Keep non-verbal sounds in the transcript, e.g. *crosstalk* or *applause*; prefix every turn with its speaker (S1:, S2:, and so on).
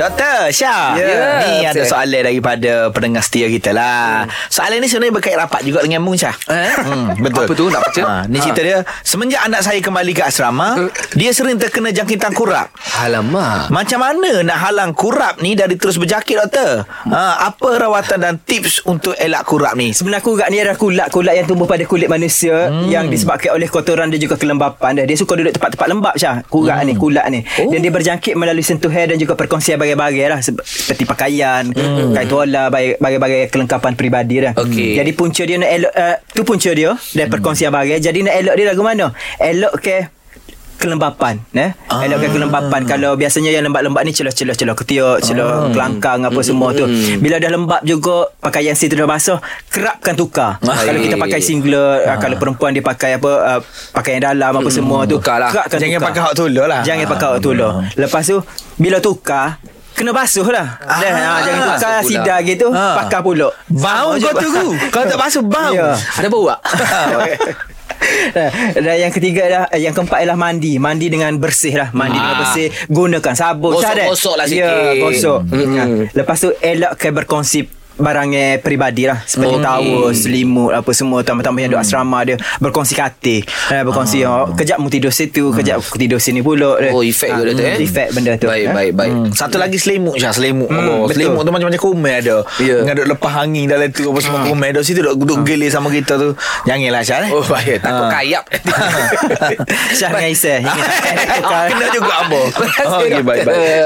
S1: Doktor Syah
S2: Ya.
S1: Ni
S2: Ya,
S1: ada
S2: betul.
S1: soalan daripada Pendengar setia kita lah Soalan ni sebenarnya berkait rapat juga dengan Mung Syah
S2: Hmm. Eh?
S1: hmm, Betul
S2: Apa tu? Nak baca?
S1: ha, Ni cerita dia Semenjak anak saya kembali ke asrama
S2: Eh.
S1: Dia sering terkena jangkitan kurap *coughs*
S2: Alamak.
S1: Macam mana nak halang kurap ni Dari terus berjakit doktor ha, Apa rawatan dan tips Untuk elak kurap ni
S3: Sebenarnya kurat ni adalah kulat-kulat yang tumbuh pada kulit manusia hmm. yang disebabkan oleh kotoran dan juga kelembapan dia. Dia suka duduk tempat-tempat lembap Syah. Kurat hmm. ni, kulat ni. Oh. Dan dia berjangkit melalui sentuhan dan juga perkongsian barang-barang lah Sep- seperti pakaian, hmm. kain tuala, barang- barang-barang kelengkapan peribadi dah.
S2: Okey.
S3: Jadi punca dia nak elok uh, tu punca dia dan
S2: Hmm.
S3: perkongsian barang. Jadi nak elok dia lagu mana? Elok ke kelembapan eh ah. elokkan kelembapan kalau biasanya yang lembab-lembab ni celah-celah-celah ketiak
S2: Ah.
S3: celah kelangkang apa semua tu
S2: Hmm.
S3: bila dah lembab juga pakaian si tu dah basuh kerapkan tukar
S2: Ah.
S3: kalau kita pakai singlet ah. kalau perempuan dia pakai apa uh, pakaian dalam apa semua tu
S2: Tukar lah.
S3: kerapkan
S1: Jangan
S3: tukar
S1: pakai hak tulah lah.
S3: jangan
S1: Ah.
S3: pakai hak tulah lepas tu bila tukar kena basuh lah ah. Dah, ah, jangan
S2: Basuh
S3: tukar
S2: pula.
S3: sidar gitu
S1: Ah.
S3: pakai pulak
S1: Bau kau tu Gu. Kalau tak basuh bau
S3: Ya.
S2: Ada bau tak?
S3: *laughs* Dah, dah yang ketiga dah eh, yang keempat ialah mandi. Mandi dengan bersih lah. Mandi
S2: Ah.
S3: ah. dengan bersih. Gunakan sabun.
S2: Gosok-
S3: Syahdat.
S2: gosoklah
S3: Ya,
S2: sikit. Hmm,
S3: gosok.
S2: Mm-mm.
S3: Mm-hmm. Lepas tu elakkan berkongsi barangnya peribadi lah
S2: Oh,
S3: seperti
S2: Okey. Hmm.
S3: okay. towel, selimut apa semua tambah-tambah yang duduk asrama dia berkongsi katil. Eh, berkongsi oh, kejap mu tidur situ, kejap aku tidur sini
S2: *laughs*
S3: pula.
S2: Ah. Hmm. Oh, efek
S3: Ah,
S2: juga dia tu, eh?
S3: Efek benda tu.
S2: Baik,
S3: eh.
S2: baik, baik.
S1: Hmm. Satu lagi selimut Syah Selimut hmm, oh,
S3: betul.
S1: Selimut tu macam-macam kumel ada
S2: Ya.
S1: yeah. Dengan duk lepas angin dalam tu Apa semua kumel Duk situ duk, duduk gelis sama kita tu Janganlah Syah eh
S2: Oh, bahaya. Takut kayap.
S3: Syah dengan Isai.
S1: *laughs* Kena Eh, juga apa
S2: *laughs* Terima kasih,
S1: Okey,
S2: doktor.
S1: baik-baik